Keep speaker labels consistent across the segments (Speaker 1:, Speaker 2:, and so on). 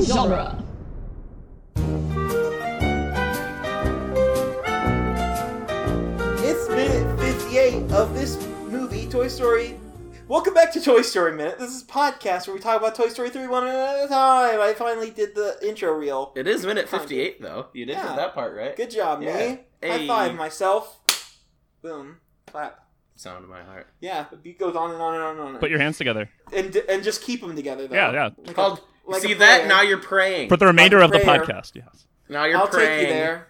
Speaker 1: genre.
Speaker 2: It's minute 58 of this movie, Toy Story. Welcome back to Toy Story Minute. This is a podcast where we talk about Toy Story 3 one at a time. I finally did the intro reel.
Speaker 3: It is minute 58, though. You did
Speaker 2: Yeah.
Speaker 3: get that part right.
Speaker 2: Good job,
Speaker 3: Yeah.
Speaker 2: me. High
Speaker 3: Hey.
Speaker 2: five myself. Boom. Clap.
Speaker 3: Sound of my heart.
Speaker 2: Yeah, the beat goes on and on and on and on.
Speaker 4: Put your hands together.
Speaker 2: and, and just keep them together, though.
Speaker 4: Yeah, yeah.
Speaker 2: Like
Speaker 3: Called,
Speaker 2: a- like
Speaker 3: see
Speaker 2: a
Speaker 3: that?
Speaker 2: prayer.
Speaker 3: Now you're praying.
Speaker 4: For the remainder of the
Speaker 2: prayer.
Speaker 4: podcast, yes.
Speaker 3: now you're
Speaker 2: I'll
Speaker 3: praying.
Speaker 2: take you there.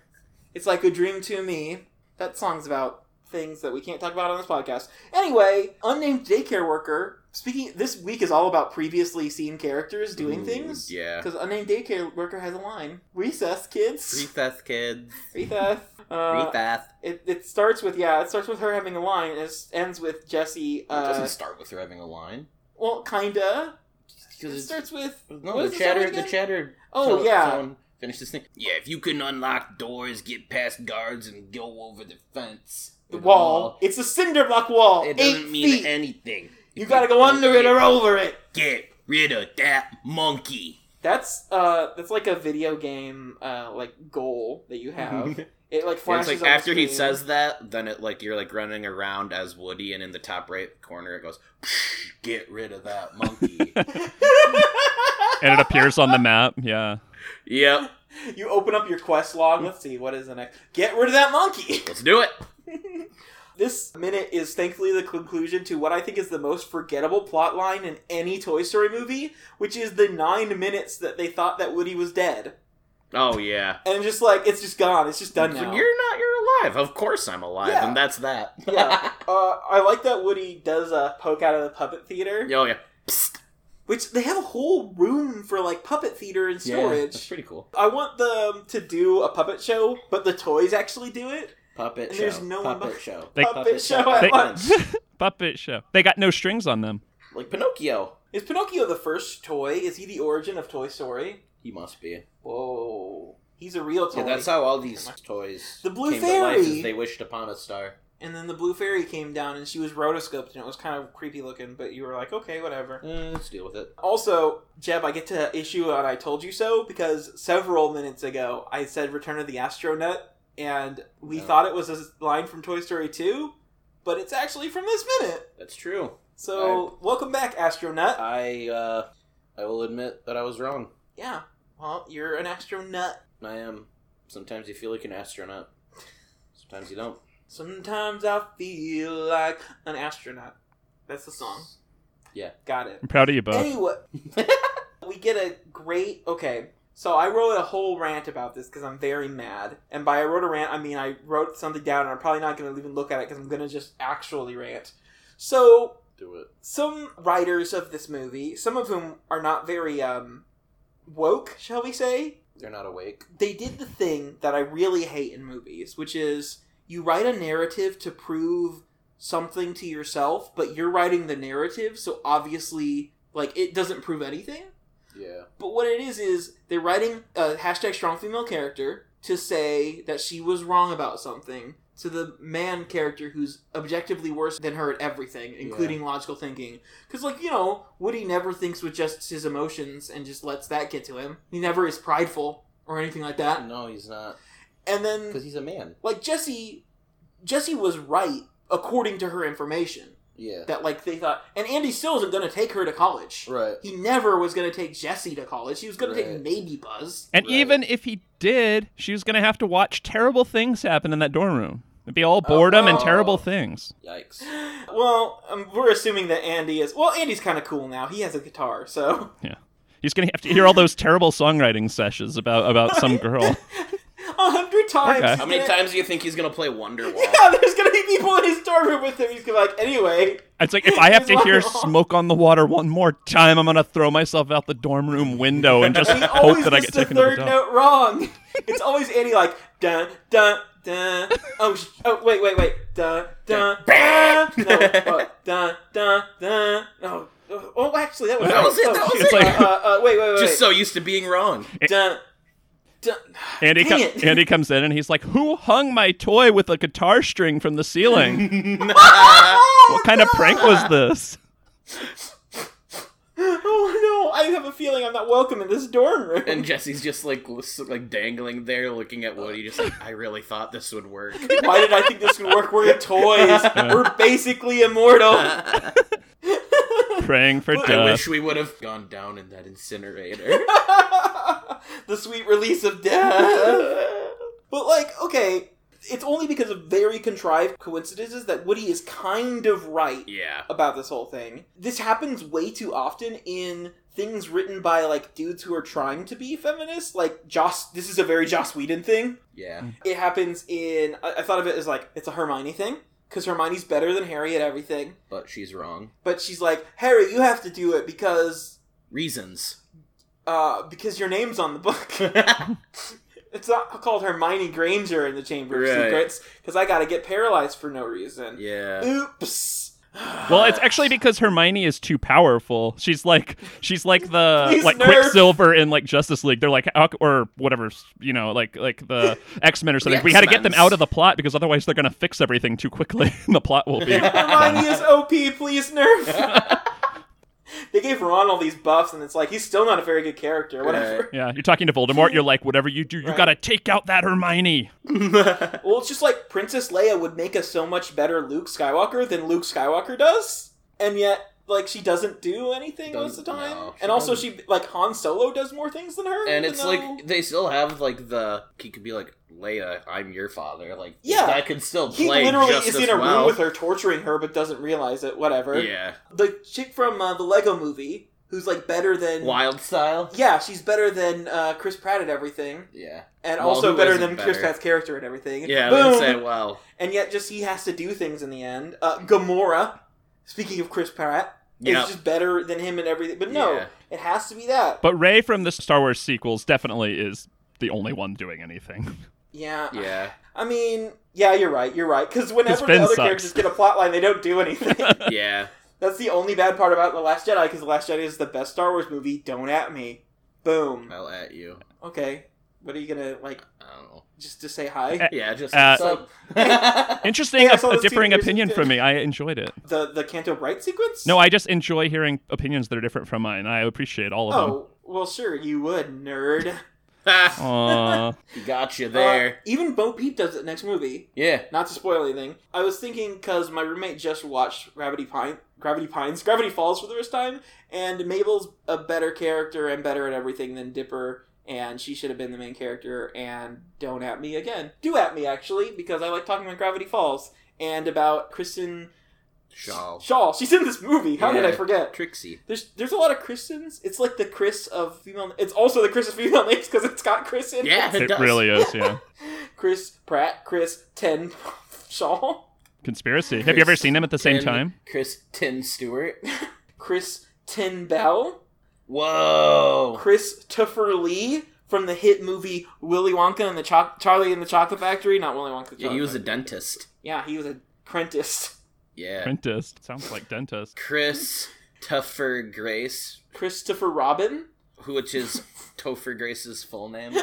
Speaker 2: It's like a dream to me. That song's about things that we can't talk about on this podcast. Anyway, unnamed daycare worker. Speaking, this week is all about previously seen characters doing
Speaker 3: Ooh,
Speaker 2: things.
Speaker 3: yeah.
Speaker 2: Because unnamed daycare worker has a line. Recess, kids.
Speaker 3: Recess, kids.
Speaker 2: Recess. Uh,
Speaker 3: Recess.
Speaker 2: It, it starts with yeah. It starts with her having a line, and it s- ends with Jesse.
Speaker 3: it
Speaker 2: Uh,
Speaker 3: doesn't start with her having a line.
Speaker 2: well, kinda. It
Speaker 3: Because
Speaker 2: starts with what
Speaker 3: no,
Speaker 2: is
Speaker 3: the
Speaker 2: it start
Speaker 3: chatter,
Speaker 2: again?
Speaker 3: the chatter.
Speaker 2: Oh, yeah.
Speaker 3: Finish this thing. Yeah, if you can unlock doors, get past guards, and go over the fence,
Speaker 2: the
Speaker 3: with
Speaker 2: wall. It's a cinder block wall.
Speaker 3: all, it
Speaker 2: eight
Speaker 3: doesn't mean
Speaker 2: feet.
Speaker 3: anything.
Speaker 2: you
Speaker 3: If
Speaker 2: gotta go
Speaker 3: don't
Speaker 2: under it or over it.
Speaker 3: Get rid of that monkey.
Speaker 2: That's uh, that's like a video game uh, like goal that you have. it like
Speaker 3: It's
Speaker 2: flashes.
Speaker 3: like
Speaker 2: on the
Speaker 3: after he
Speaker 2: screen.
Speaker 3: says that, then it like you're like running around as Woody, and in the top right corner it goes, "Psh, "Get rid of that monkey."
Speaker 4: And it appears on the map. Yeah.
Speaker 3: yep,
Speaker 2: you open up your quest log. Let's see what is the next. Get rid of that monkey.
Speaker 3: let's do it.
Speaker 2: this minute is thankfully the conclusion to what I think is the most forgettable plot line in any Toy Story movie, which is the nine minutes that they thought that Woody was dead,
Speaker 3: Oh yeah,
Speaker 2: and just like it's just gone. It's just done
Speaker 3: It's
Speaker 2: now.
Speaker 3: like, You're not. You're alive. Of course I'm alive,
Speaker 2: Yeah.
Speaker 3: and that's that.
Speaker 2: yeah, uh, I like that Woody does uh, poke out of the puppet theater.
Speaker 3: oh yeah. Psst.
Speaker 2: Which they have a whole room for like puppet theater and
Speaker 3: Yeah,
Speaker 2: storage.
Speaker 3: that's pretty cool.
Speaker 2: I want them to do a puppet show, but the toys actually do it.
Speaker 3: Puppet
Speaker 2: And
Speaker 3: show.
Speaker 2: there's no one
Speaker 3: puppet
Speaker 2: behind-
Speaker 3: show.
Speaker 4: They-
Speaker 2: Puppet show at
Speaker 4: They-
Speaker 2: lunch.
Speaker 4: Puppet show. They got no strings on them.
Speaker 3: like Pinocchio.
Speaker 2: Is Pinocchio the first toy? Is he the origin of Toy Story?
Speaker 3: He must be.
Speaker 2: Whoa, he's a real toy.
Speaker 3: Yeah, that's how all these toys.
Speaker 2: The Blue
Speaker 3: came to life, is
Speaker 2: Fairy.
Speaker 3: they wished upon a star.
Speaker 2: and then the blue fairy came down, and she was rotoscoped, and it was kind of creepy looking. But you were like, okay, whatever.
Speaker 3: Eh, let's deal with it.
Speaker 2: Also, Jeb, I get to issue an I told you so because several minutes ago I said Return of the Astronaut, and we
Speaker 3: Oh.
Speaker 2: thought it was a line from Toy Story Two, but it's actually from this minute.
Speaker 3: That's true.
Speaker 2: So welcome back, astronaut.
Speaker 3: I uh, I will admit that I was wrong.
Speaker 2: yeah. Well, you're an astronaut.
Speaker 3: I am. Sometimes you feel like an astronaut. Sometimes you don't.
Speaker 2: Sometimes I feel like an astronaut. That's the song.
Speaker 3: Yeah.
Speaker 2: Got it.
Speaker 4: I'm proud of you both.
Speaker 2: Anyway, we get a great. Okay, so I wrote a whole rant about this because I'm very mad. And by I wrote a rant, I mean I wrote something down, and I'm probably not going to even look at it because I'm going to just actually rant. So
Speaker 3: Do it.
Speaker 2: some writers of this movie, some of whom are not very um woke, shall we say,
Speaker 3: They're not awake.
Speaker 2: they did the thing that I really hate in movies, which is you write a narrative to prove something to yourself, but you're writing the narrative, so obviously, like, it doesn't prove anything.
Speaker 3: Yeah.
Speaker 2: But what it is is they're writing a hashtag strong female character to say that she was wrong about something to the man character who's objectively worse than her at everything, including logical thinking. Because, like, you know, Woody never thinks with just his emotions and just lets that get to him. He never is prideful or anything like that.
Speaker 3: No, he's not.
Speaker 2: And then,
Speaker 3: Because he's a man.
Speaker 2: like, Jesse, Jesse was right according to her information.
Speaker 3: Yeah.
Speaker 2: That, like, they thought, and Andy still isn't going to take her to college.
Speaker 3: Right.
Speaker 2: He never was going to take Jesse to college. He was going to
Speaker 3: Right.
Speaker 2: take maybe Buzz.
Speaker 4: And
Speaker 3: Right.
Speaker 4: even if he did, she was going to have to watch terrible things happen in that dorm room. It'd be all boredom and
Speaker 2: Oh.
Speaker 4: terrible things.
Speaker 3: Yikes.
Speaker 2: Well, um, we're assuming that Andy is. Well, Andy's kind of cool now. He has a guitar, so
Speaker 4: He's going to have to hear all those terrible songwriting sessions about, about some girl.
Speaker 2: a hundred times.
Speaker 4: Okay.
Speaker 2: he's
Speaker 3: How many
Speaker 2: gonna-
Speaker 3: times do you think he's gonna play Wonderwall?
Speaker 2: Yeah, there's gonna be people in his dorm room with him. He's gonna be like, anyway.
Speaker 4: It's like if I have to
Speaker 2: It's
Speaker 4: hear
Speaker 2: like-
Speaker 4: smoke on the water one more time, I'm gonna throw myself out the dorm room window and just
Speaker 2: He
Speaker 4: hope
Speaker 2: always
Speaker 4: that I
Speaker 2: gets
Speaker 4: get
Speaker 2: the
Speaker 4: taken to the
Speaker 2: third
Speaker 4: dog.
Speaker 2: note wrong. It's always Andy like dun dun dun. Oh sh- oh wait wait wait dun dun dun. No uh, dun dun dun. No. Oh, oh, actually, that was
Speaker 3: That was it, that
Speaker 2: oh,
Speaker 3: was
Speaker 2: shit.
Speaker 4: it.
Speaker 2: Uh, uh, uh, wait, wait, wait.
Speaker 3: Just
Speaker 2: wait.
Speaker 3: so used to being wrong.
Speaker 2: dun, dun.
Speaker 4: Andy,
Speaker 2: Dang
Speaker 4: com-
Speaker 2: it.
Speaker 4: Andy comes in and he's like, "Who hung my toy with a guitar string from the ceiling?
Speaker 3: That's
Speaker 2: Oh,
Speaker 4: what kind of prank was this?"
Speaker 2: Oh no! I have a feeling I'm not welcome in this dorm room.
Speaker 3: And Jesse's just like lis- like dangling there, looking at Woody, just like I really thought this would work.
Speaker 2: Why did I think this would work? We're toys. We're basically immortal.
Speaker 3: I
Speaker 4: Praying for death.
Speaker 3: wish we would have gone down in that incinerator.
Speaker 2: the sweet release of death. But like, okay, it's only because of very contrived coincidences that Woody is kind of right
Speaker 3: yeah,
Speaker 2: about this whole thing. This happens way too often in things written by like dudes who are trying to be feminists. Like Joss, this is a very Joss Whedon thing.
Speaker 3: yeah.
Speaker 2: It happens in. I, I thought of it as like it's a Hermione thing because Hermione's better than Harry at everything.
Speaker 3: But she's wrong.
Speaker 2: But she's like, Harry, you have to do it because
Speaker 3: Reasons.
Speaker 2: uh, because your name's on the book. It's not called Hermione Granger in the Chamber of
Speaker 3: Right.
Speaker 2: Secrets because I got to get paralyzed for no reason.
Speaker 3: yeah.
Speaker 2: Oops.
Speaker 4: Well, it's actually because Hermione is too powerful. She's like she's like the
Speaker 2: Please,
Speaker 4: like
Speaker 2: nerf.
Speaker 4: Quicksilver in like Justice League. They're like how c- or whatever, you know, like like the X Men or something. we had to get them
Speaker 3: X-Men's.
Speaker 4: out of the plot because otherwise they're gonna fix everything too quickly, and the plot will be.
Speaker 2: Hermione is OP, please nerf. they gave Ron all these buffs, and it's like he's still not a very good character. Whatever.
Speaker 4: Yeah, you're talking to Voldemort. You're like, whatever you do, you
Speaker 2: Right.
Speaker 4: gotta take out that Hermione.
Speaker 2: Well, it's just like Princess Leia would make a so much better Luke Skywalker than Luke Skywalker does, and yet like she doesn't do anything most of the
Speaker 3: Doesn't-
Speaker 2: time.
Speaker 3: no, she
Speaker 2: and also, she like Han Solo does more things than her.
Speaker 3: and
Speaker 2: even
Speaker 3: it's
Speaker 2: though-
Speaker 3: like they still have like the he could be like Leia, I'm your father. Like
Speaker 2: Yeah.
Speaker 3: that could still
Speaker 2: he
Speaker 3: play
Speaker 2: literally
Speaker 3: just
Speaker 2: is
Speaker 3: as
Speaker 2: in a
Speaker 3: well.
Speaker 2: room with her, torturing her, but doesn't realize it. Whatever.
Speaker 3: Yeah,
Speaker 2: the chick from uh, the Lego Movie, who's like better than
Speaker 3: wild style.
Speaker 2: yeah, she's better than uh, Chris Pratt at everything,
Speaker 3: Yeah,
Speaker 2: and
Speaker 3: Well,
Speaker 2: also
Speaker 3: who
Speaker 2: better
Speaker 3: isn't
Speaker 2: than Chris
Speaker 3: better?
Speaker 2: Pratt's character at everything.
Speaker 3: yeah. I
Speaker 2: Boom!
Speaker 3: would say well,
Speaker 2: and yet just he has to do things in the end. Uh, Gamora, speaking of Chris Pratt,
Speaker 3: yeah,
Speaker 2: is just better than him and everything. But no,
Speaker 3: Yeah.
Speaker 2: it has to be that.
Speaker 4: But Ray from the Star Wars sequels definitely is the only one doing anything.
Speaker 2: yeah,
Speaker 3: yeah,
Speaker 2: I mean, yeah, you're right. You're right. Because whenever the
Speaker 4: Finn
Speaker 2: other
Speaker 4: sucks.
Speaker 2: characters get a plotline, they don't do anything.
Speaker 3: yeah.
Speaker 2: That's the only bad part about the Last Jedi. Because the Last Jedi is the best Star Wars movie. Don't at me. Boom.
Speaker 3: I'll at you.
Speaker 2: Okay. What are you gonna like?
Speaker 3: I don't know.
Speaker 2: Just to say hi.
Speaker 3: Yeah, just
Speaker 4: Uh,
Speaker 3: so- eh.
Speaker 4: Interesting,
Speaker 2: Hey, I
Speaker 4: a-
Speaker 2: saw
Speaker 4: a,
Speaker 2: those two
Speaker 4: differing
Speaker 2: years
Speaker 4: opinion
Speaker 2: ago.
Speaker 4: from me. I enjoyed it.
Speaker 2: The the Canto Bright sequence.
Speaker 4: No, I just enjoy hearing opinions that are different from mine. I appreciate all of
Speaker 2: Oh well, sure you would, nerd.
Speaker 3: Oh.
Speaker 4: them. Aw.
Speaker 3: got you there.
Speaker 2: Uh, even Bo Peep does it next movie.
Speaker 3: yeah,
Speaker 2: Not to spoil anything, I was thinking because my roommate just watched Gravity Pine, Gravity Pines, Gravity Falls for the first time, and Mabel's a better character and better at everything than Dipper, and she should have been the main character. And don't at me again. Do at me actually because I like talking about Gravity Falls and about Kristen
Speaker 3: Shaw,
Speaker 2: Shaw. She's in this movie. How did
Speaker 3: Yeah.
Speaker 2: I forget?
Speaker 3: Trixie.
Speaker 2: There's there's a lot of Christens. It's like the Chris of female. It's also the Chris of female names because it's got Chris in it.
Speaker 3: Yeah, it,
Speaker 4: it
Speaker 3: does.
Speaker 4: really is, yeah.
Speaker 2: Chris Pratt, Chris Ten Shaw,
Speaker 4: Conspiracy. Have you ever seen them at the same
Speaker 3: Tin-
Speaker 4: time?
Speaker 3: Chris Tin Stewart.
Speaker 2: Chris Ten Bell,
Speaker 3: Whoa.
Speaker 2: Chris Tuffer Lee from the hit movie Willy Wonka and the Choc Charlie and the Chocolate Factory. Not Willy Wonka.
Speaker 3: Yeah, he was a
Speaker 2: Chocolate
Speaker 3: dentist.
Speaker 2: Factory. yeah, he was a apprentice.
Speaker 3: Yeah,
Speaker 4: Dentist. Sounds like dentist.
Speaker 3: Chris Tougher Grace,
Speaker 2: Christopher Robin.
Speaker 3: who which is Topher Grace's full name.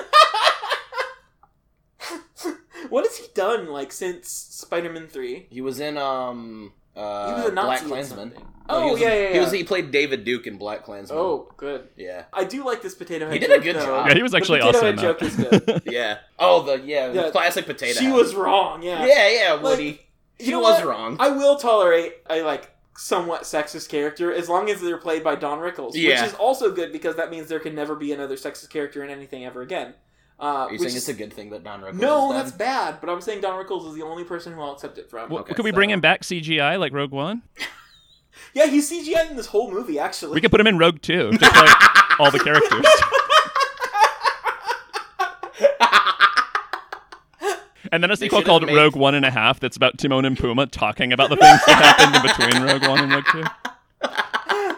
Speaker 2: What has he done like since Spider-Man Three?
Speaker 3: He was in um uh
Speaker 2: He was a Nazi
Speaker 3: Black
Speaker 2: in
Speaker 3: Klansman.
Speaker 2: something.
Speaker 3: No, he
Speaker 2: Oh,
Speaker 3: was
Speaker 2: yeah,
Speaker 3: in-
Speaker 2: yeah,
Speaker 3: He was
Speaker 2: yeah.
Speaker 3: he played David Duke in Black Klansman.
Speaker 2: Oh, good.
Speaker 3: yeah,
Speaker 2: I do like this potato head.
Speaker 3: He did a
Speaker 2: joke,
Speaker 3: good
Speaker 2: though.
Speaker 3: job.
Speaker 4: Yeah, he was
Speaker 2: The
Speaker 4: actually
Speaker 2: potato
Speaker 4: awesome in
Speaker 2: head
Speaker 4: that.
Speaker 2: joke is good.
Speaker 3: yeah. Oh, the yeah, the
Speaker 2: Yeah.
Speaker 3: classic potato.
Speaker 2: she
Speaker 3: Head.
Speaker 2: was wrong. Yeah.
Speaker 3: Yeah, yeah, Woody.
Speaker 2: you
Speaker 3: she
Speaker 2: know
Speaker 3: was
Speaker 2: what?
Speaker 3: wrong.
Speaker 2: I will tolerate a like somewhat sexist character as long as they're played by Don Rickles,
Speaker 3: Yeah.
Speaker 2: which is also good because that means there can never be another sexist character in anything ever again. Uh,
Speaker 3: Are you
Speaker 2: which
Speaker 3: saying
Speaker 2: is-
Speaker 3: it's a good thing that Don Rickles?
Speaker 2: no,
Speaker 3: is
Speaker 2: that's
Speaker 3: dead?
Speaker 2: bad. But I'm saying Don Rickles is the only person who I'll accept it from.
Speaker 4: W
Speaker 3: Okay,
Speaker 4: could we
Speaker 3: so-
Speaker 4: bring him back CGI like Rogue One?
Speaker 2: yeah, he's CGI in this whole movie actually.
Speaker 4: We could put him in Rogue Two, just like all the characters. And then a sequel
Speaker 3: should've
Speaker 4: called
Speaker 3: made-
Speaker 4: Rogue One and a Half that's about Timon and Puma talking about the things that happened in between Rogue One and Rogue Two.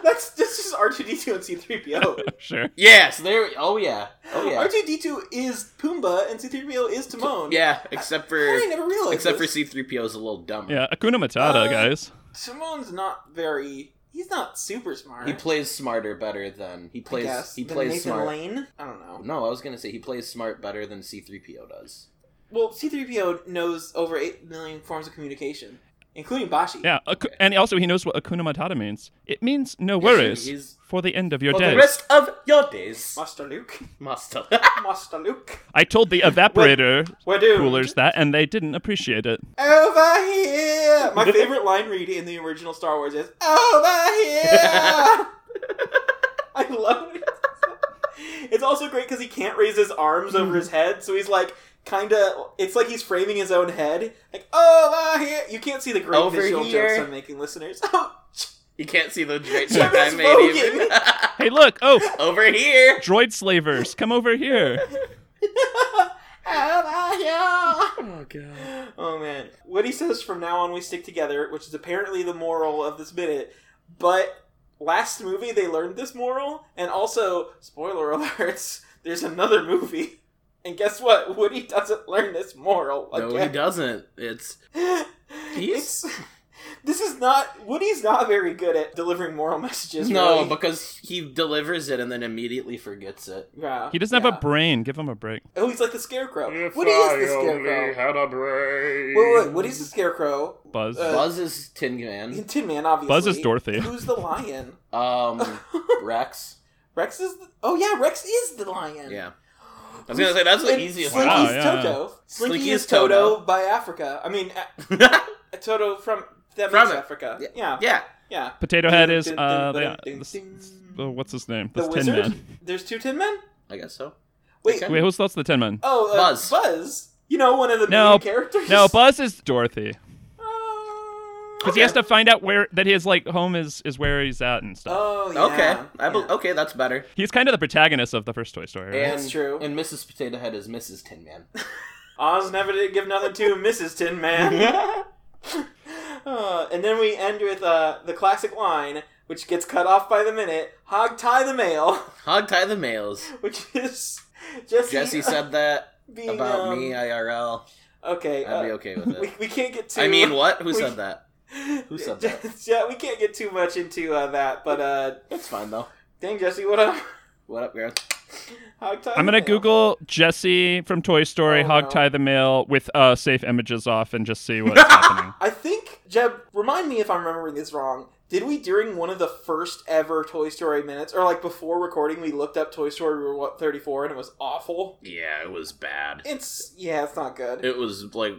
Speaker 2: that's that's just R2D2 and C3PO.
Speaker 4: Sure.
Speaker 3: Yes, there. Oh yeah, oh yeah,
Speaker 2: R2D2 is Pumbaa and C3PO is Timon.
Speaker 3: yeah. Except
Speaker 2: How
Speaker 3: for
Speaker 2: did I never realized.
Speaker 3: except for
Speaker 2: this?
Speaker 3: C three PO is a little dumb.
Speaker 4: Yeah, Akuna Matata,
Speaker 2: Uh,
Speaker 4: guys.
Speaker 2: Timon's not very. He's not super smart.
Speaker 3: He plays smarter better than he
Speaker 2: I
Speaker 3: plays.
Speaker 2: guess,
Speaker 3: He
Speaker 2: than
Speaker 3: plays
Speaker 2: Nathan
Speaker 3: smart.
Speaker 2: Lane. I don't know.
Speaker 3: No, I was gonna say he plays smart better than C three PO does.
Speaker 2: Well, C three PO knows over eight million forms of communication. including Bashi.
Speaker 4: Yeah, Aku- and also he knows what Akuna Matata means. It means no
Speaker 3: Yeah, sure,
Speaker 4: worries
Speaker 3: he's-
Speaker 4: for the end of your
Speaker 3: For
Speaker 4: days.
Speaker 3: the rest of your days,
Speaker 2: Master Luke,
Speaker 3: master.
Speaker 2: Master Luke,
Speaker 4: I told the evaporator
Speaker 2: we're doomed.
Speaker 4: coolers that, and they didn't appreciate it.
Speaker 2: Over here. My favorite line read in the original Star Wars is "Over here." I love it. It's also great because he can't raise his arms over his head, so he's like kind of. It's like he's framing his own head, like "Over here." You can't see the great
Speaker 3: Over
Speaker 2: visual
Speaker 3: here.
Speaker 2: jokes I'm making, listeners.
Speaker 3: You can't see the great
Speaker 2: Jim
Speaker 3: joke I
Speaker 2: is
Speaker 3: made even.
Speaker 4: Hey, look! Oh,
Speaker 3: Over here.
Speaker 4: droid slavers, come over here.
Speaker 2: Over here.
Speaker 3: Oh god.
Speaker 2: Oh man. What he says from now on we stick together, which is apparently the moral of this minute. But last movie they learned this moral, and also, spoiler alerts, there's another movie. And guess what? Woody doesn't learn this moral.
Speaker 3: No, he doesn't. It's
Speaker 2: does.
Speaker 3: He's-
Speaker 2: This is not Woody's not very good at delivering moral messages.
Speaker 3: no,
Speaker 2: really.
Speaker 3: because he delivers it and then immediately forgets it.
Speaker 2: yeah,
Speaker 4: He doesn't have
Speaker 2: yeah.
Speaker 4: a brain. Give him a break.
Speaker 2: Oh, he's like the scarecrow. Woody is the scarecrow.
Speaker 3: had a brain.
Speaker 2: Wait, wait, Woody's the scarecrow.
Speaker 4: Buzz.
Speaker 2: Uh,
Speaker 3: Buzz is Tin Man.
Speaker 2: Tin Man, obviously.
Speaker 4: Buzz is Dorothy.
Speaker 2: Who's the lion?
Speaker 3: Um, Rex.
Speaker 2: Rex is. The, oh yeah, Rex is the lion.
Speaker 3: Yeah. I was gonna say that's the
Speaker 2: And
Speaker 3: easiest
Speaker 2: Slinky's
Speaker 4: Wow,
Speaker 3: one.
Speaker 4: Oh, yeah.
Speaker 2: Toto. Slinky,
Speaker 3: Slinky
Speaker 2: is
Speaker 3: is
Speaker 2: Toto,
Speaker 3: Toto.
Speaker 2: by Africa. I mean, a- a Toto from that
Speaker 3: From
Speaker 2: means
Speaker 3: it.
Speaker 2: Africa.
Speaker 3: Yeah.
Speaker 2: Yeah, yeah.
Speaker 3: yeah.
Speaker 4: Potato Head is
Speaker 2: Dun,
Speaker 4: uh,
Speaker 2: dun,
Speaker 4: the,
Speaker 2: dun, dun,
Speaker 4: the-
Speaker 2: dun.
Speaker 4: the- what's his name?
Speaker 2: The
Speaker 4: That's Tin
Speaker 2: wizard.
Speaker 4: Man.
Speaker 2: There's two Tin Men.
Speaker 3: I guess so.
Speaker 2: Wait.
Speaker 3: Okay.
Speaker 4: Wait, who's that's the Tin Man?
Speaker 2: Oh, uh,
Speaker 3: Buzz.
Speaker 2: Buzz. You know, one of the
Speaker 4: No.
Speaker 2: main characters.
Speaker 4: No, Buzz is Dorothy
Speaker 2: Oh,
Speaker 4: because he has to find out where that his like home is is where he's at and stuff.
Speaker 2: Oh yeah.
Speaker 3: Okay. I be-
Speaker 2: yeah.
Speaker 3: okay, that's better.
Speaker 4: He's kind of the protagonist of the first Toy Story. Right?
Speaker 3: And,
Speaker 2: That's true.
Speaker 3: And Mrs. Potato Head is Mrs. Tin Man.
Speaker 2: Oz never did give nothing to Mrs. Tin Man. Uh, and then we end with uh, the classic line, which gets cut off by the minute: "Hog tie the mail,"
Speaker 3: Hog tie the males.
Speaker 2: which is Jesse.
Speaker 3: Jesse said that
Speaker 2: being,
Speaker 3: about
Speaker 2: um,
Speaker 3: me IRL.
Speaker 2: Okay,
Speaker 3: I'd be
Speaker 2: uh,
Speaker 3: okay with
Speaker 2: we,
Speaker 3: it.
Speaker 2: we can't get too.
Speaker 3: I mean, what? Who
Speaker 2: we-
Speaker 3: said that? who said that?
Speaker 2: yeah, we can't get too much into uh, that, but uh,
Speaker 3: It's fine though.
Speaker 2: dang, Jesse, what up?
Speaker 3: What up, girl?
Speaker 2: Hog tie.
Speaker 4: I'm
Speaker 2: the
Speaker 4: gonna
Speaker 2: mail.
Speaker 4: Google Jesse from Toy Story
Speaker 2: Oh,
Speaker 4: hog
Speaker 2: no.
Speaker 4: tie the mail with uh, safe images off and just see what's happening.
Speaker 2: I think Jeb, remind me if I'm remembering this wrong. Did we during one of the first ever Toy Story minutes, or like before recording, we looked up Toy Story what 34 and it was awful.
Speaker 3: Yeah, it was bad.
Speaker 2: It's yeah, it's not good.
Speaker 3: It was like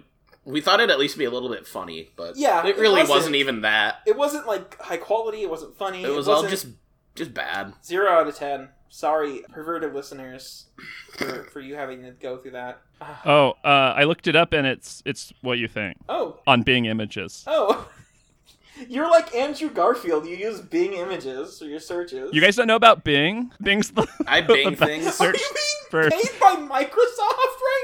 Speaker 3: we thought it'd at least be a little bit funny, but
Speaker 2: Yeah,
Speaker 3: it
Speaker 2: it
Speaker 3: really
Speaker 2: wasn't.
Speaker 3: wasn't even that.
Speaker 2: It wasn't like high quality. It wasn't funny.
Speaker 3: It was all
Speaker 2: wasn't
Speaker 3: just just bad.
Speaker 2: zero out of ten. Sorry, perverted listeners, for, for you having to go through that. Ah.
Speaker 4: oh, uh, I looked it up and it's it's what you think
Speaker 2: Oh,
Speaker 4: on Being Images.
Speaker 2: oh, you're like Andrew Garfield. You use Bing Images for your searches.
Speaker 4: You guys don't know about Bing? Bing's the
Speaker 3: I bang
Speaker 4: the
Speaker 3: things.
Speaker 2: are you
Speaker 4: search for
Speaker 2: being paid by Microsoft right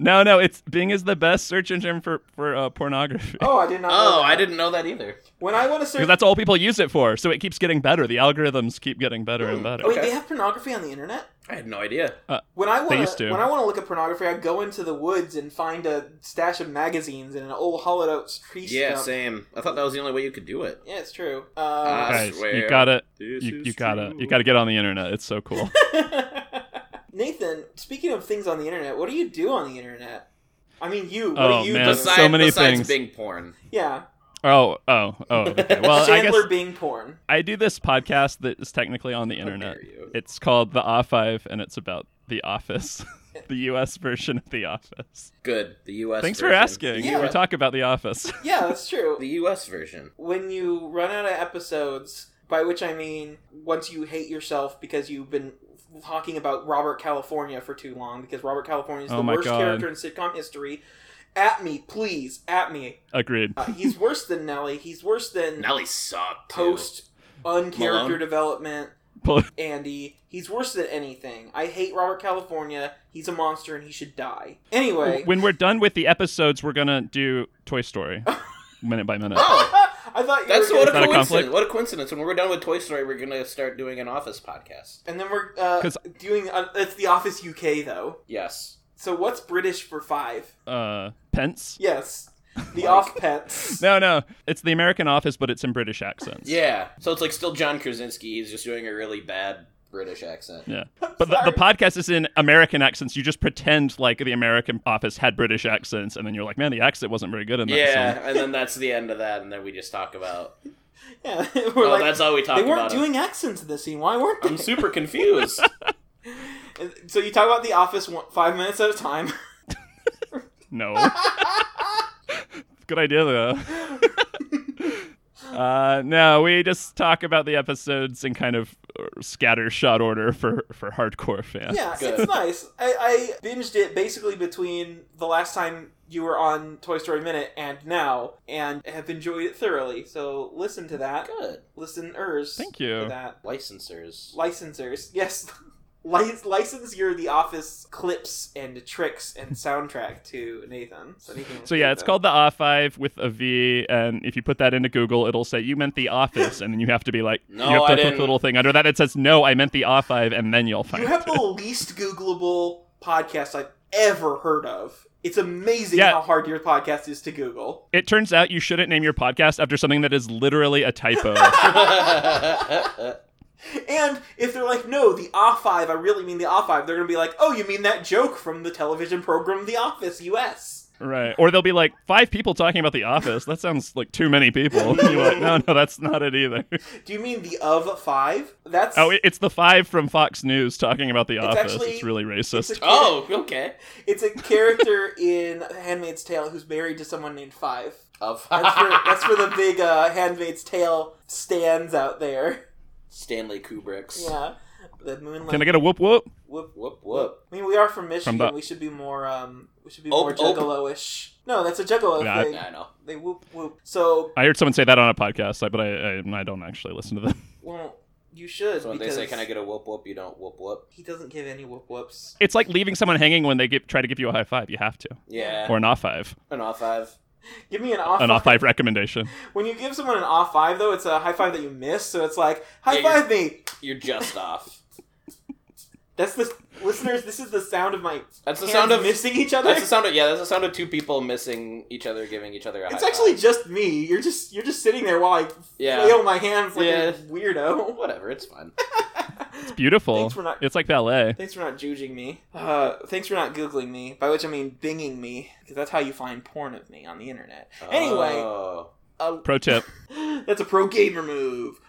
Speaker 4: no no it's Bing is the best search engine for for uh, pornography.
Speaker 2: now? Oh, I did not. know
Speaker 3: Oh,
Speaker 2: that.
Speaker 3: I didn't know that either.
Speaker 2: When I want to search,
Speaker 4: Because that's all people use it for, so it keeps getting better. The algorithms keep getting better and
Speaker 3: Hmm.
Speaker 4: better.
Speaker 2: wait,
Speaker 3: okay.
Speaker 2: they have pornography on the internet.
Speaker 3: I had no idea.
Speaker 2: When I want
Speaker 4: used
Speaker 2: to
Speaker 4: to.
Speaker 2: when I want to look at pornography, I go into the woods and find a stash of magazines and an old hollowed out tree
Speaker 3: Yeah,
Speaker 2: stump.
Speaker 3: same. I thought that was the only way you could do it.
Speaker 2: Yeah, it's true. Um,
Speaker 3: Ah,
Speaker 4: Guys, you
Speaker 3: swear.
Speaker 4: gotta
Speaker 3: This
Speaker 4: you,
Speaker 3: is
Speaker 4: you gotta
Speaker 3: true.
Speaker 4: you gotta get on the internet. It's so cool.
Speaker 2: Nathan, speaking of things on the internet, what do you do on the internet? I mean, you. What
Speaker 4: Oh,
Speaker 2: do you
Speaker 4: man.
Speaker 2: do?
Speaker 3: Besides,
Speaker 4: So many
Speaker 3: besides
Speaker 4: things.
Speaker 3: Bing porn.
Speaker 2: Yeah.
Speaker 4: oh oh oh. Okay. Well, I guess
Speaker 2: Chandler Bing porn.
Speaker 4: I do this podcast that is technically on the
Speaker 3: How
Speaker 4: internet.
Speaker 3: dare you.
Speaker 4: It's called The R5, and it's about The Office, the U.S. version of The Office.
Speaker 3: Good. The U.S.
Speaker 4: Thanks for
Speaker 3: version.
Speaker 4: asking.
Speaker 3: The
Speaker 2: Yeah.
Speaker 4: We
Speaker 3: US,
Speaker 4: talk about The Office.
Speaker 2: Yeah, that's true.
Speaker 3: the U.S. version.
Speaker 2: When you run out of episodes, by which I mean once you hate yourself because you've been talking about Robert California for too long, because Robert California is
Speaker 4: Oh
Speaker 2: the
Speaker 4: my
Speaker 2: worst
Speaker 4: God.
Speaker 2: character in sitcom history. At me, please, at me.
Speaker 4: Agreed.
Speaker 2: Uh, he's worse than Nelly. He's worse than
Speaker 3: Nelly sucked. too.
Speaker 2: post uncharacter
Speaker 3: Malone?
Speaker 2: development.
Speaker 4: Pull-
Speaker 2: Andy. He's worse than anything. I hate Robert California. He's a monster and he should die. Anyway,
Speaker 4: when we're done with the episodes, we're gonna do Toy Story, minute by minute.
Speaker 3: Oh,
Speaker 2: I thought you
Speaker 3: that's
Speaker 2: were
Speaker 3: what a
Speaker 4: Not a
Speaker 2: gonna-
Speaker 3: coincidence.
Speaker 4: conflict.
Speaker 3: What a coincidence. When we're done with Toy Story, we're gonna start doing an Office podcast.
Speaker 2: And then we're uh,
Speaker 4: 'Cause-
Speaker 2: doing uh, it's the Office UK though.
Speaker 3: Yes.
Speaker 2: So what's British for five?
Speaker 4: Uh, Pence.
Speaker 2: Yes, the off pence.
Speaker 4: No, no, it's the American Office, but it's in British accents.
Speaker 3: Yeah. So it's like still John Krasinski. He's just doing a really bad British accent.
Speaker 4: Yeah. But the, the
Speaker 2: Sorry.
Speaker 4: podcast is in American accents. You just pretend like the American office had British accents, and then you're like, man, the accent wasn't very good in that.
Speaker 3: Yeah,
Speaker 4: song."
Speaker 3: and then that's the end of that, and then we just talk about.
Speaker 2: Yeah,
Speaker 3: Oh,
Speaker 2: we're like,
Speaker 3: that's all we talk
Speaker 2: they
Speaker 3: about.
Speaker 2: weren't doing accents in this scene. Why weren't they?
Speaker 3: I'm super confused.
Speaker 2: And so you talk about The Office one, five minutes at a time.
Speaker 4: No. good idea, though. Uh, no, we just talk about the episodes in kind of uh, scattershot order for, for hardcore fans.
Speaker 2: yeah,
Speaker 3: Good.
Speaker 2: it's nice. I, I binged it basically between the last time you were on Toy Story Minute and now, and have enjoyed it thoroughly. So listen to that,
Speaker 3: Good
Speaker 2: listeners.
Speaker 4: Thank you.
Speaker 2: To that
Speaker 3: licensors.
Speaker 2: licensors, yes. Lic- License your The Office clips and tricks and soundtrack to Nathan. So, Nathan will
Speaker 4: So
Speaker 2: do
Speaker 4: yeah, it's
Speaker 2: that.
Speaker 4: called the O5 with a V, and if you put that into Google, it'll say you meant the office, and then you have to be like,
Speaker 3: No,
Speaker 4: you have to
Speaker 3: I
Speaker 4: click
Speaker 3: didn't.
Speaker 4: the little thing under that. It says no, I meant the O5, and then you'll find
Speaker 2: You
Speaker 4: it.
Speaker 2: have the least Googleable podcast I've ever heard of. It's amazing
Speaker 4: Yeah.
Speaker 2: how hard your podcast is to Google.
Speaker 4: It turns out you shouldn't name your podcast after something that is literally a typo.
Speaker 2: And if they're like, no, the A5, I really mean the A5, they're going to be like, oh, you mean that joke from the television program The Office US.
Speaker 4: right. Or they'll be like, five people talking about The Office. That sounds like too many people. You're like, no, no, that's not it either.
Speaker 2: Do you mean the of five? That's.
Speaker 4: Oh, it- it's the five from Fox News talking about The Office.
Speaker 2: actually-
Speaker 4: it's really
Speaker 2: it's
Speaker 4: racist.
Speaker 2: a,
Speaker 3: oh, okay.
Speaker 2: It's a character in Handmaid's Tale who's married to someone named Five.
Speaker 3: Of
Speaker 2: That's where, that's where the big uh, Handmaid's Tale stands out there.
Speaker 3: Stanley Kubrick's.
Speaker 2: Yeah. The moonlight.
Speaker 4: Can I get a whoop whoop?
Speaker 2: Whoop.
Speaker 3: Whoop whoop.
Speaker 2: I mean, we are from Michigan.
Speaker 4: the-
Speaker 2: We should be more. Um, we should be
Speaker 3: Oh,
Speaker 2: more
Speaker 3: oh.
Speaker 2: juggalo-ish. No, that's a juggalo
Speaker 4: Yeah, I-
Speaker 2: thing.
Speaker 3: I know.
Speaker 2: They whoop whoop. So,
Speaker 4: I heard someone say that on a podcast, I- but I, I, I don't actually listen to them.
Speaker 2: well, you should.
Speaker 3: So when they
Speaker 2: because
Speaker 3: say, "Can I get a whoop whoop?" You don't whoop whoop.
Speaker 2: He doesn't give any whoop whoops.
Speaker 4: It's like leaving someone hanging when they give, try to give you a high five. You have to.
Speaker 3: Yeah.
Speaker 4: Or an off five.
Speaker 3: An off five.
Speaker 2: Give me an off.
Speaker 4: An off five recommendation.
Speaker 2: When you give someone an off five, though, it's a high five that you miss. So it's like high
Speaker 3: Yeah, you're-
Speaker 2: five me.
Speaker 3: You're just off.
Speaker 2: That's the listeners. This is the sound of my.
Speaker 3: That's the
Speaker 2: hands
Speaker 3: sound of.
Speaker 2: missing each other.
Speaker 3: That's the sound of. Yeah, that's the sound of two people missing each other, giving each other a.
Speaker 2: It's
Speaker 3: high
Speaker 2: actually
Speaker 3: five.
Speaker 2: just me. You're just you're just sitting there while I
Speaker 3: Yeah.
Speaker 2: flail my hands like
Speaker 3: Yeah.
Speaker 2: a weirdo.
Speaker 3: whatever. It's fine.
Speaker 4: It's beautiful.
Speaker 2: Thanks for not-
Speaker 4: It's like ballet.
Speaker 2: Thanks for not judging me. Uh, thanks for not googling me, by which I mean binging me, because that's how you find porn of me on the internet. Anyway,
Speaker 3: Oh,
Speaker 2: uh,
Speaker 4: Pro tip.
Speaker 2: that's a pro gamer move.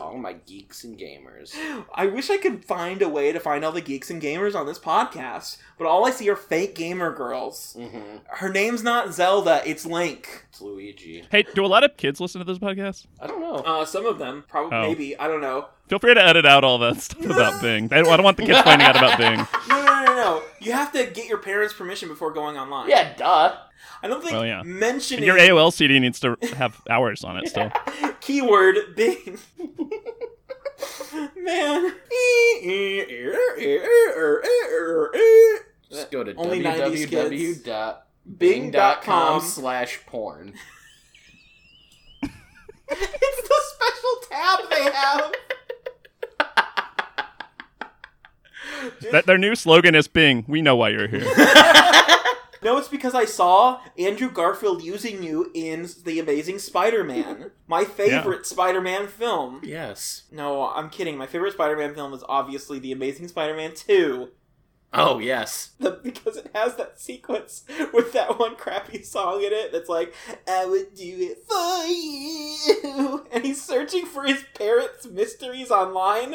Speaker 3: all my geeks and gamers.
Speaker 2: I wish I could find a way to find all the geeks and gamers on this podcast, but all I see are fake gamer girls.
Speaker 3: Mm-hmm.
Speaker 2: Her name's not Zelda, it's Link.
Speaker 3: It's Luigi.
Speaker 4: Hey, do a lot of kids listen to this podcast?
Speaker 3: I don't know.
Speaker 2: Uh, some of them, probably,
Speaker 4: Oh.
Speaker 2: maybe, I don't know.
Speaker 4: Feel free to edit out all that stuff about Bing. I don't I don't want the kids finding out about Bing.
Speaker 2: No, no, no, no. You have to get your parents' permission before going online.
Speaker 3: yeah, duh.
Speaker 2: I don't think
Speaker 4: Well, yeah.
Speaker 2: mentioning
Speaker 4: And your AOL CD needs to have hours on it still.
Speaker 2: Keyword Bing. Man.
Speaker 3: Just go to
Speaker 2: Only 90s kids.
Speaker 3: www.bing.com slash porn.
Speaker 2: It's the special tab they have.
Speaker 4: That their new slogan is Bing. We know why you're here.
Speaker 2: No, it's because I saw Andrew Garfield using you in The Amazing Spider Man, my favorite Spider Man film.
Speaker 3: yes.
Speaker 2: No, I'm kidding. My favorite Spider Man film is obviously The Amazing Spider Man 2.
Speaker 3: Oh, yes.
Speaker 2: the, because it has that sequence with that one crappy song in it that's like, I would do it for you. And he's searching for his parents' mysteries online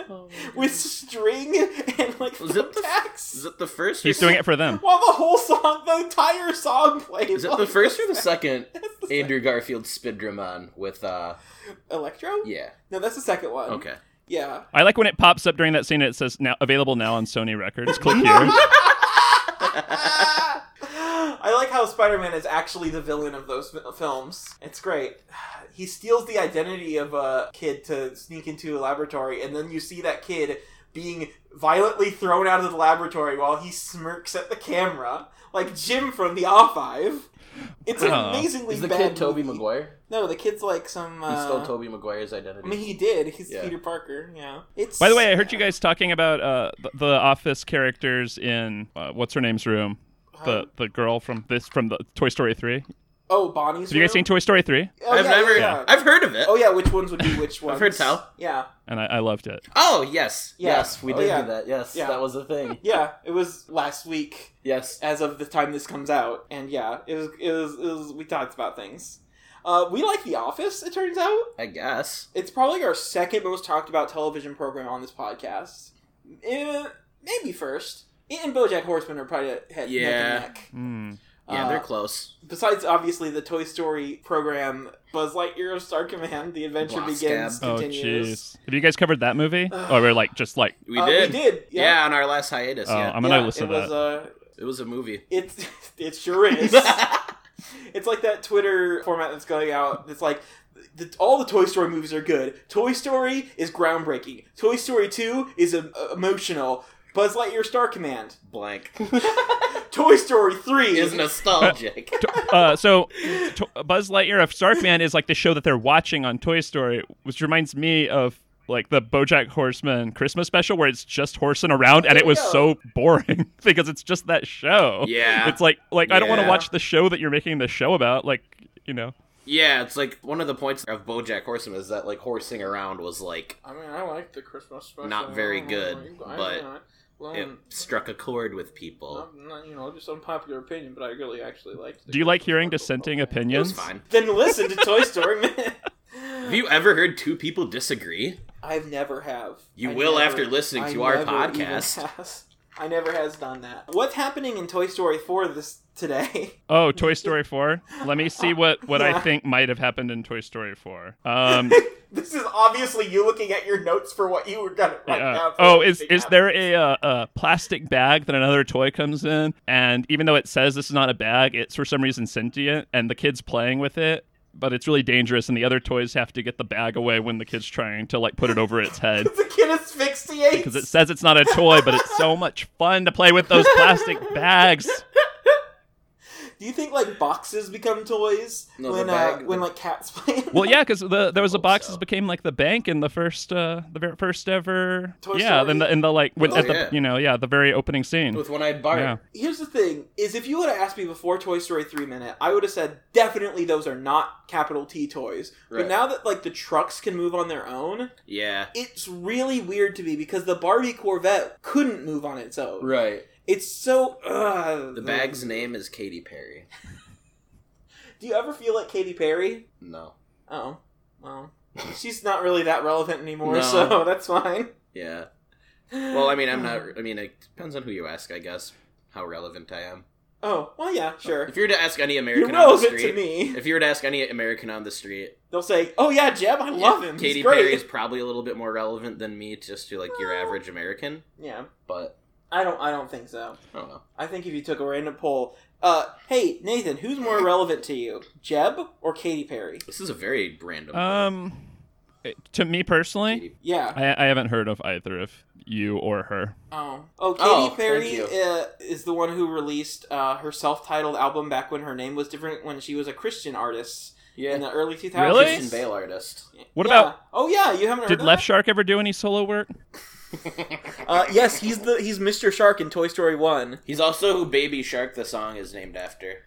Speaker 2: with string and like
Speaker 3: Was it the-
Speaker 2: thumbtacks.
Speaker 3: Is it the first?
Speaker 4: He's doing it for them.
Speaker 2: While the whole song, the entire song plays.
Speaker 3: Is it
Speaker 2: while
Speaker 3: the
Speaker 2: he
Speaker 3: first or
Speaker 2: does
Speaker 3: the
Speaker 2: that.
Speaker 3: second
Speaker 2: That's the
Speaker 3: Andrew Garfield spin drum on with, uh,
Speaker 2: sec- Electro?
Speaker 3: yeah.
Speaker 2: No, that's the second one.
Speaker 3: Okay.
Speaker 2: Yeah.
Speaker 4: I like when it pops up during that scene. It says now available now on Sony Records. Click here.
Speaker 2: I like how Spider Man is actually the villain of those fi- films. It's great. He steals the identity of a kid to sneak into a laboratory, and then you see that kid being violently thrown out of the laboratory while he smirks at the camera, like Jim from The R5. It's an
Speaker 4: Aw.
Speaker 2: amazingly
Speaker 3: Is the
Speaker 2: bad
Speaker 3: kid Toby
Speaker 2: movie.
Speaker 3: Maguire?
Speaker 2: No, the kid's like some.
Speaker 3: He
Speaker 2: Uh,
Speaker 3: stole Toby Maguire's
Speaker 2: I mean,
Speaker 3: identity.
Speaker 2: he did. He's
Speaker 3: Yeah.
Speaker 2: Peter Parker. Yeah. It's.
Speaker 4: By the way, I heard you guys talking about uh, the, the office characters in uh, what's her name's room. The the girl from this from the Toy Story three.
Speaker 2: Oh, Bonnie's.
Speaker 4: Have you guys
Speaker 2: room?
Speaker 4: seen Toy Story three?
Speaker 2: Oh,
Speaker 3: I've
Speaker 2: yeah,
Speaker 3: never.
Speaker 2: Yeah, yeah.
Speaker 3: I've heard of it.
Speaker 2: Oh yeah, which ones would be which ones?
Speaker 3: I've heard tell.
Speaker 2: Yeah,
Speaker 4: And I, I loved it.
Speaker 3: Oh yes,
Speaker 2: Yeah.
Speaker 3: yes.
Speaker 1: Yes, we
Speaker 2: Oh,
Speaker 1: did
Speaker 2: yeah.
Speaker 1: do that. Yes,
Speaker 2: Yeah.
Speaker 1: that was a thing.
Speaker 2: yeah. It was last week,
Speaker 1: Yes.
Speaker 2: as of the time this comes out, and yeah, it was. It was. It was we talked about things. Uh, we like The Office. It turns out
Speaker 3: I guess.
Speaker 2: it's probably our second most talked about television program on this podcast. Eh, maybe first. It and BoJack Horseman are probably head
Speaker 3: Yeah.
Speaker 2: neck and neck.
Speaker 4: Mm.
Speaker 3: Yeah,
Speaker 2: Uh,
Speaker 3: they're close.
Speaker 2: besides obviously the Toy Story program, Buzz Lightyear of Star Command, the adventure
Speaker 3: Wasp
Speaker 2: begins.
Speaker 4: Oh
Speaker 2: Continues.
Speaker 4: jeez. Have you guys covered that movie? or we're like just like
Speaker 3: We
Speaker 2: Uh,
Speaker 3: did.
Speaker 2: We did.
Speaker 3: Yeah. on our last hiatus.
Speaker 4: oh,
Speaker 3: yeah,
Speaker 4: I'm gonna
Speaker 2: Yeah,
Speaker 4: listen
Speaker 2: it
Speaker 4: to
Speaker 2: was,
Speaker 4: that.
Speaker 2: Uh,
Speaker 3: it was a movie.
Speaker 2: it's it sure is. it's like that Twitter format that's going out. That's like. The, all the Toy Story movies are good. Toy Story is groundbreaking. Toy Story 2 is em- e, emotional. Buzz Lightyear Star Command.
Speaker 3: Blank
Speaker 2: Toy Story 3
Speaker 3: is nostalgic.
Speaker 4: uh, so to- Buzz Lightyear of Starkman is like the show that they're watching on Toy Story, which reminds me of like the BoJack Horseman Christmas special where it's just horsing around, and it was
Speaker 2: Yeah.
Speaker 4: so boring because it's just that show.
Speaker 3: yeah,
Speaker 4: It's like like I don't want to
Speaker 3: Yeah.
Speaker 4: watch the show that you're making the show about. Like you know,
Speaker 3: yeah. It's like one of the points of BoJack Horseman is that like horsing around was like
Speaker 2: I mean, I like the Christmas special.
Speaker 3: Not very good,
Speaker 2: I-
Speaker 3: but
Speaker 2: I- well,
Speaker 3: it struck a chord with people.
Speaker 2: not- not, you know, just unpopular opinion, but I really actually liked. the
Speaker 4: do you like
Speaker 2: Christmas
Speaker 4: hearing
Speaker 2: special.
Speaker 4: dissenting
Speaker 2: Okay.
Speaker 3: It was
Speaker 4: opinions?
Speaker 3: fine.
Speaker 2: Then listen to Toy Story. Man.
Speaker 3: Have you ever heard two people disagree?
Speaker 2: I've never have.
Speaker 3: You
Speaker 2: I
Speaker 3: will
Speaker 2: never-
Speaker 3: after listening
Speaker 2: I
Speaker 3: to our
Speaker 2: never even
Speaker 3: podcast.
Speaker 2: has. I never has done that. What's happening in Toy Story four this today?
Speaker 4: Oh, Toy Story four. Let me see what what
Speaker 2: Yeah.
Speaker 4: I think might have happened in Toy Story four. Um,
Speaker 2: this is obviously you looking at your notes for what you were gonna write
Speaker 4: Yeah.
Speaker 2: down. for
Speaker 4: oh,
Speaker 2: what
Speaker 4: is
Speaker 2: you
Speaker 4: is
Speaker 2: have.
Speaker 4: there a, uh a plastic bag that another toy comes in, and even though it says this is not a bag, it's for some reason sentient, and the kid's playing with it, but it's really dangerous, and the other toys have to get the bag away when the kid's trying to like put it over its head
Speaker 2: the kid asphyxiates?
Speaker 4: because it says it's not a toy, but it's so much fun to play with those plastic bags.
Speaker 2: Do you think like boxes become toys
Speaker 3: No, the
Speaker 2: when uh,
Speaker 3: bag-
Speaker 2: when like cats play? in
Speaker 4: Well, yeah, because the, there was a
Speaker 3: Hope
Speaker 4: box
Speaker 3: so.
Speaker 4: that became like the bank in the first, uh, the very first ever.
Speaker 2: Toy
Speaker 4: yeah,
Speaker 2: Story?
Speaker 4: then the, in the like when,
Speaker 3: Oh,
Speaker 4: at the
Speaker 3: yeah.
Speaker 4: you know yeah the very opening scene.
Speaker 3: With one-eyed Bart.
Speaker 4: Yeah.
Speaker 2: Here's the thing: is if you would have asked me before Toy Story three minute, I would have said definitely those are not capital T toys. But
Speaker 3: Right.
Speaker 2: now that like the trucks can move on their own,
Speaker 3: Yeah.
Speaker 2: it's really weird to me because the Barbie Corvette couldn't move on its own.
Speaker 3: Right.
Speaker 2: It's so ugh.
Speaker 3: The bag's name is Katy Perry.
Speaker 2: Do you ever feel like Katy Perry?
Speaker 3: No.
Speaker 2: Oh, well, she's not really that relevant anymore,
Speaker 3: No.
Speaker 2: so that's fine.
Speaker 3: Yeah. Well, I mean, I'm
Speaker 2: Um,
Speaker 3: not. I mean, it depends on who you ask, I guess. How relevant I am.
Speaker 2: Oh, well, yeah, sure.
Speaker 3: If you were to ask any
Speaker 2: You're
Speaker 3: American on the
Speaker 2: relevant to
Speaker 3: street,
Speaker 2: me.
Speaker 3: if you were to ask any American on the street,
Speaker 2: They'll say, "Oh yeah, Jeb, I love
Speaker 3: yeah,
Speaker 2: him.
Speaker 3: Katy
Speaker 2: He's great."
Speaker 3: Perry is probably a little bit more relevant than me, just to like your
Speaker 2: Oh.
Speaker 3: average American.
Speaker 2: Yeah,
Speaker 3: But
Speaker 2: I don't. I don't think so.
Speaker 3: I don't know.
Speaker 2: I think if you took a random poll, uh, hey Nathan, who's more relevant to you, Jeb or Katy Perry?
Speaker 3: This is a very random.
Speaker 4: Um, it- to me personally,
Speaker 3: Katy-
Speaker 2: Yeah.
Speaker 4: I, I haven't heard of either of you or her.
Speaker 2: Oh. Oh, Katy
Speaker 3: Oh,
Speaker 2: Perry
Speaker 3: thank
Speaker 2: uh, is the one who released uh, her self-titled album back when her name was different when she was a Christian artist
Speaker 3: yeah,
Speaker 2: in the early 2000s.
Speaker 4: Really?
Speaker 3: Christian Bale artist.
Speaker 4: What
Speaker 2: Yeah.
Speaker 4: about-
Speaker 2: Oh yeah, you haven't heard
Speaker 4: Did
Speaker 2: of
Speaker 4: Left
Speaker 2: that?
Speaker 4: Shark ever do any solo work?
Speaker 2: Uh, yes, he's the he's Mr. Shark in Toy Story One.
Speaker 3: He's also who Baby Shark, the song is named after.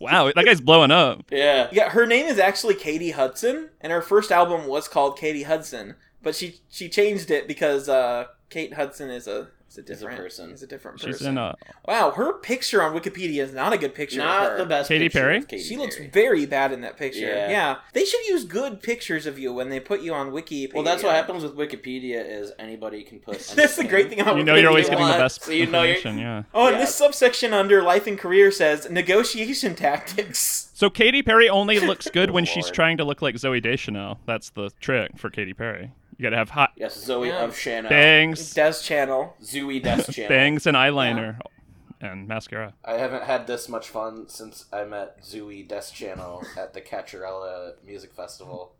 Speaker 4: Wow, that guy's blowing up.
Speaker 3: Yeah.
Speaker 2: Yeah, her name is actually Katie Hudson, and her first album was called Katie Hudson, but she she changed it because uh, Kate Hudson is a is a different
Speaker 3: person.
Speaker 2: Is a different person.
Speaker 4: She's in uh, a.
Speaker 2: wow, her picture on Wikipedia is not a good picture. of
Speaker 3: Not
Speaker 2: her.
Speaker 3: the best.
Speaker 4: Katy
Speaker 3: picture
Speaker 4: Perry?
Speaker 3: of Katy
Speaker 2: She looks
Speaker 3: Perry.
Speaker 2: very bad in that picture. Yeah.
Speaker 3: Yeah.
Speaker 2: they should use good pictures of you when they put you on Wikipedia.
Speaker 3: Well, that's what happens with Wikipedia is anybody can put.
Speaker 2: That's the
Speaker 3: anything.
Speaker 2: great thing about
Speaker 4: You know, you're always
Speaker 2: Wikipedia.
Speaker 4: getting the
Speaker 3: What?
Speaker 4: best
Speaker 3: So you know you're-
Speaker 4: information. Yeah.
Speaker 2: Oh, and
Speaker 3: Yeah.
Speaker 2: this subsection under life and career says negotiation tactics.
Speaker 4: So Katy Perry only looks good when
Speaker 3: Good
Speaker 4: she's
Speaker 3: lord.
Speaker 4: trying to look like Zoe Deschanel. That's the trick for Katy Perry. You got to have hot
Speaker 3: Yes, Zoe
Speaker 2: Yeah.
Speaker 3: of Shannon.
Speaker 4: bangs,
Speaker 2: Des Channel.
Speaker 3: Zooey Death Channel.
Speaker 4: bangs, and eyeliner, and mascara.
Speaker 3: I haven't had this much fun since I met Zooey Death Channel at the Cacciarella Music Festival.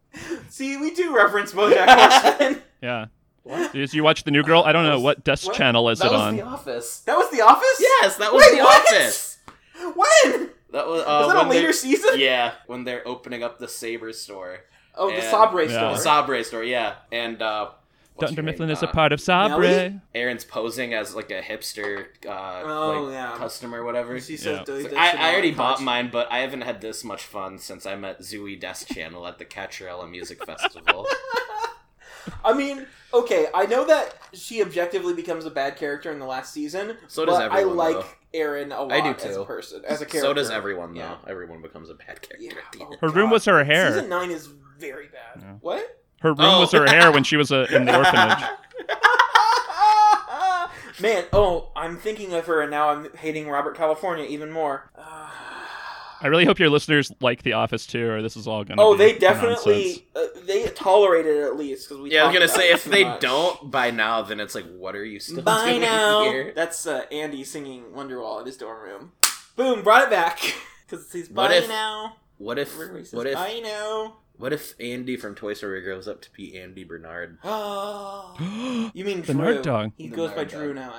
Speaker 2: See, we do reference BoJack Horseman.
Speaker 4: Yeah.
Speaker 3: What?
Speaker 4: Did you watch the new girl? I don't know what desk
Speaker 3: what?
Speaker 4: channel is
Speaker 3: that
Speaker 4: it
Speaker 3: was
Speaker 4: on.
Speaker 3: The Office.
Speaker 2: that was The Office.
Speaker 3: Yes, that was
Speaker 2: Wait,
Speaker 3: The
Speaker 2: what?
Speaker 3: Office.
Speaker 2: When?
Speaker 3: That was. Uh,
Speaker 2: was that a
Speaker 3: when they-
Speaker 2: later season?
Speaker 3: Yeah, when they're opening up the Saber store,
Speaker 2: Oh, the
Speaker 3: Yeah.
Speaker 2: Sabre
Speaker 4: Yeah.
Speaker 2: store.
Speaker 3: the Sabre store. Yeah, and uh, what's
Speaker 4: Dunder
Speaker 3: her name?
Speaker 4: Mifflin is a
Speaker 3: Uh,
Speaker 4: part of Sabre.
Speaker 2: Nelly?
Speaker 3: Aaron's posing as like a hipster, uh,
Speaker 2: Oh,
Speaker 3: like,
Speaker 2: yeah.
Speaker 3: customer, whatever.
Speaker 2: She
Speaker 4: Yeah.
Speaker 2: says, "They-
Speaker 3: It's like,
Speaker 2: they should
Speaker 3: I, I
Speaker 2: not
Speaker 3: already
Speaker 2: cost
Speaker 3: bought mine, but I haven't had this much fun since I met Zooey Desk Channel at the Catrella Music Festival.
Speaker 2: I mean, okay, I know that she objectively becomes a bad character in the last season.
Speaker 3: So does
Speaker 2: but I
Speaker 3: everyone,
Speaker 2: like
Speaker 3: though.
Speaker 2: Erin a lot
Speaker 3: I do
Speaker 2: as
Speaker 3: too.
Speaker 2: a person, as a character.
Speaker 3: so does everyone, though.
Speaker 2: Yeah.
Speaker 3: Everyone becomes a bad character.
Speaker 2: Yeah.
Speaker 3: at the end.
Speaker 2: Oh,
Speaker 4: Her room
Speaker 2: God.
Speaker 4: was her hair.
Speaker 2: Season nine is very bad.
Speaker 4: Yeah.
Speaker 2: What?
Speaker 4: Her room
Speaker 3: Oh.
Speaker 4: was her hair when she was uh, in the orphanage.
Speaker 2: Man, oh, I'm thinking of her, and now I'm hating Robert California even more. Uh,
Speaker 4: I really hope your listeners like The Office too, or this is all gonna.
Speaker 2: oh,
Speaker 4: be
Speaker 2: they definitely
Speaker 4: nonsense.
Speaker 2: uh, they tolerated it at least because we.
Speaker 3: Yeah, I was
Speaker 2: talked
Speaker 3: gonna
Speaker 2: about
Speaker 3: say
Speaker 2: it
Speaker 3: if
Speaker 2: too
Speaker 3: they
Speaker 2: much.
Speaker 3: don't by now, then it's like, what are you still
Speaker 2: Bye
Speaker 3: doing
Speaker 2: now.
Speaker 3: here?
Speaker 2: That's uh, Andy singing Wonderwall in his dorm room. Boom, brought it back because he's
Speaker 3: What
Speaker 2: bye
Speaker 3: if-
Speaker 2: now.
Speaker 3: What if?
Speaker 2: Everybody says,
Speaker 3: What if?
Speaker 2: bye now.
Speaker 3: What if Andy from Toy Story grows up to be Andy Bernard?
Speaker 2: Oh, you mean
Speaker 4: The
Speaker 2: Drew?
Speaker 4: nerd dog.
Speaker 2: He
Speaker 3: The
Speaker 2: goes by
Speaker 3: nerd
Speaker 2: Drew
Speaker 3: dog.
Speaker 2: now.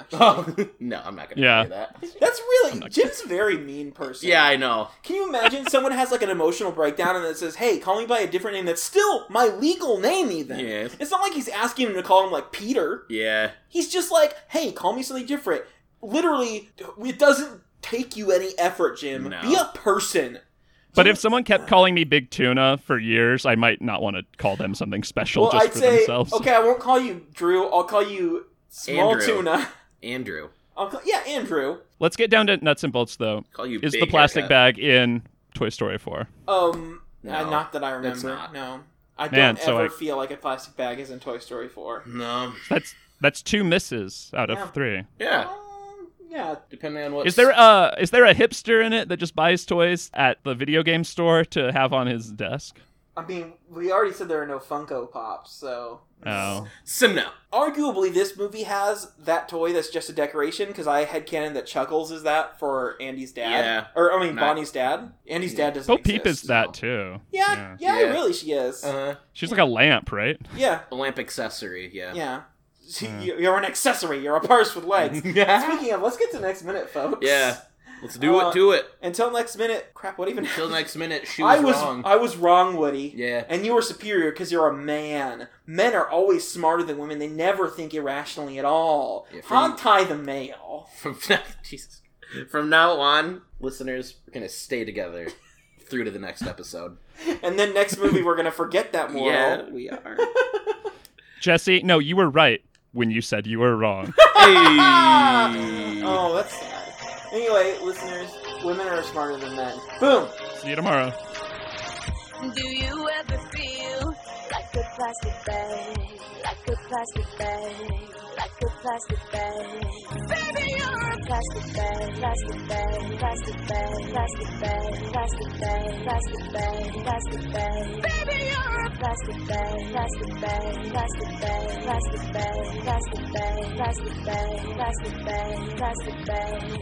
Speaker 2: Actually,
Speaker 3: Oh no, I'm not gonna
Speaker 4: Yeah.
Speaker 3: do that.
Speaker 2: that's
Speaker 4: I'm
Speaker 2: really
Speaker 4: not-
Speaker 2: Jim's a very mean person.
Speaker 3: Yeah, I know.
Speaker 2: Can you imagine someone has like an emotional breakdown and it says, "Hey, call me by a different name that's still my legal name." Even
Speaker 3: Yeah,
Speaker 2: it's not like he's asking him to call him like Peter.
Speaker 3: yeah.
Speaker 2: He's just like, "Hey, call me something different." Literally, it doesn't take you any effort, Jim.
Speaker 3: No.
Speaker 2: Be a person.
Speaker 4: But if someone kept calling me Big Tuna for years, I might not want to call them something special
Speaker 2: well,
Speaker 4: just
Speaker 2: I'd
Speaker 4: for
Speaker 2: say,
Speaker 4: themselves.
Speaker 2: okay, I won't call you Drew. I'll call you Small
Speaker 3: Andrew.
Speaker 2: Tuna.
Speaker 3: Andrew,
Speaker 2: I'll call, yeah, Andrew.
Speaker 4: Let's get down to nuts and bolts though.
Speaker 3: call you.
Speaker 4: Is
Speaker 3: Big
Speaker 4: the plastic
Speaker 3: haircut.
Speaker 4: bag in Toy Story 4?
Speaker 2: Um,
Speaker 3: No,
Speaker 2: uh, not that I remember.
Speaker 3: that's not.
Speaker 2: No, I
Speaker 4: Man,
Speaker 2: don't
Speaker 4: so
Speaker 2: ever
Speaker 4: I-
Speaker 2: feel like a plastic bag is in Toy Story Four.
Speaker 3: No.
Speaker 4: That's that's two misses out
Speaker 2: Yeah.
Speaker 4: of three.
Speaker 3: Yeah.
Speaker 2: Um, yeah,
Speaker 3: Depending on what
Speaker 4: Is there uh, a is there a hipster in it that just buys toys at the video game store to have on his desk?
Speaker 2: I mean, we already said there are no Funko Pops, so.
Speaker 4: Oh,
Speaker 3: so no?
Speaker 2: Arguably, this movie has that toy that's just a decoration because I had canon that Chuckles is that for Andy's dad,
Speaker 3: Yeah.
Speaker 2: or I mean
Speaker 3: Not-
Speaker 2: Bonnie's dad. Andy's
Speaker 3: Yeah.
Speaker 2: dad doesn't.
Speaker 4: Bo Peep is
Speaker 2: exist.
Speaker 4: that too.
Speaker 2: Yeah, yeah,
Speaker 3: Yeah.
Speaker 2: really, she is.
Speaker 3: Uh,
Speaker 4: She's like a lamp, right?
Speaker 2: yeah,
Speaker 3: lamp accessory. Yeah.
Speaker 2: yeah. She,
Speaker 4: Yeah.
Speaker 2: you- You're an accessory. You're a purse with legs. Speaking of, let's get to next minute, folks.
Speaker 3: Yeah. Let's do
Speaker 2: Uh,
Speaker 3: it. Do it.
Speaker 2: Until next minute. Crap. What even?
Speaker 3: Till next minute. She
Speaker 2: I
Speaker 3: was,
Speaker 2: was
Speaker 3: wrong.
Speaker 2: I was wrong, Woody.
Speaker 3: yeah.
Speaker 2: And you are superior because you're a man. Men are always smarter than women. They never think irrationally at all.
Speaker 3: Yeah, for you-
Speaker 2: Hontai the male.
Speaker 3: From now, Jesus. From now on, listeners, we're gonna stay together through to the next episode.
Speaker 2: And then next movie, we're going to forget that moral.
Speaker 3: Yeah, we are.
Speaker 4: Jesse, no, you were right when you said you were wrong.
Speaker 3: Hey.
Speaker 2: Oh, that's sad. Anyway, listeners, women are smarter than men. Boom!
Speaker 4: See you tomorrow.
Speaker 1: Do you ever feel like a plastic bag? Like a plastic bag? Like a plastic bag? Baby, you're a plastic bag. Plastic bag. Plastic bag. Plastic bag. Plastic bag. Plastic bag. Plastic bag. Baby, you're a plastic bag. Plastic bag. Plastic bag. Plastic bag. Plastic bag. Plastic bag. Plastic bag. Plastic bag.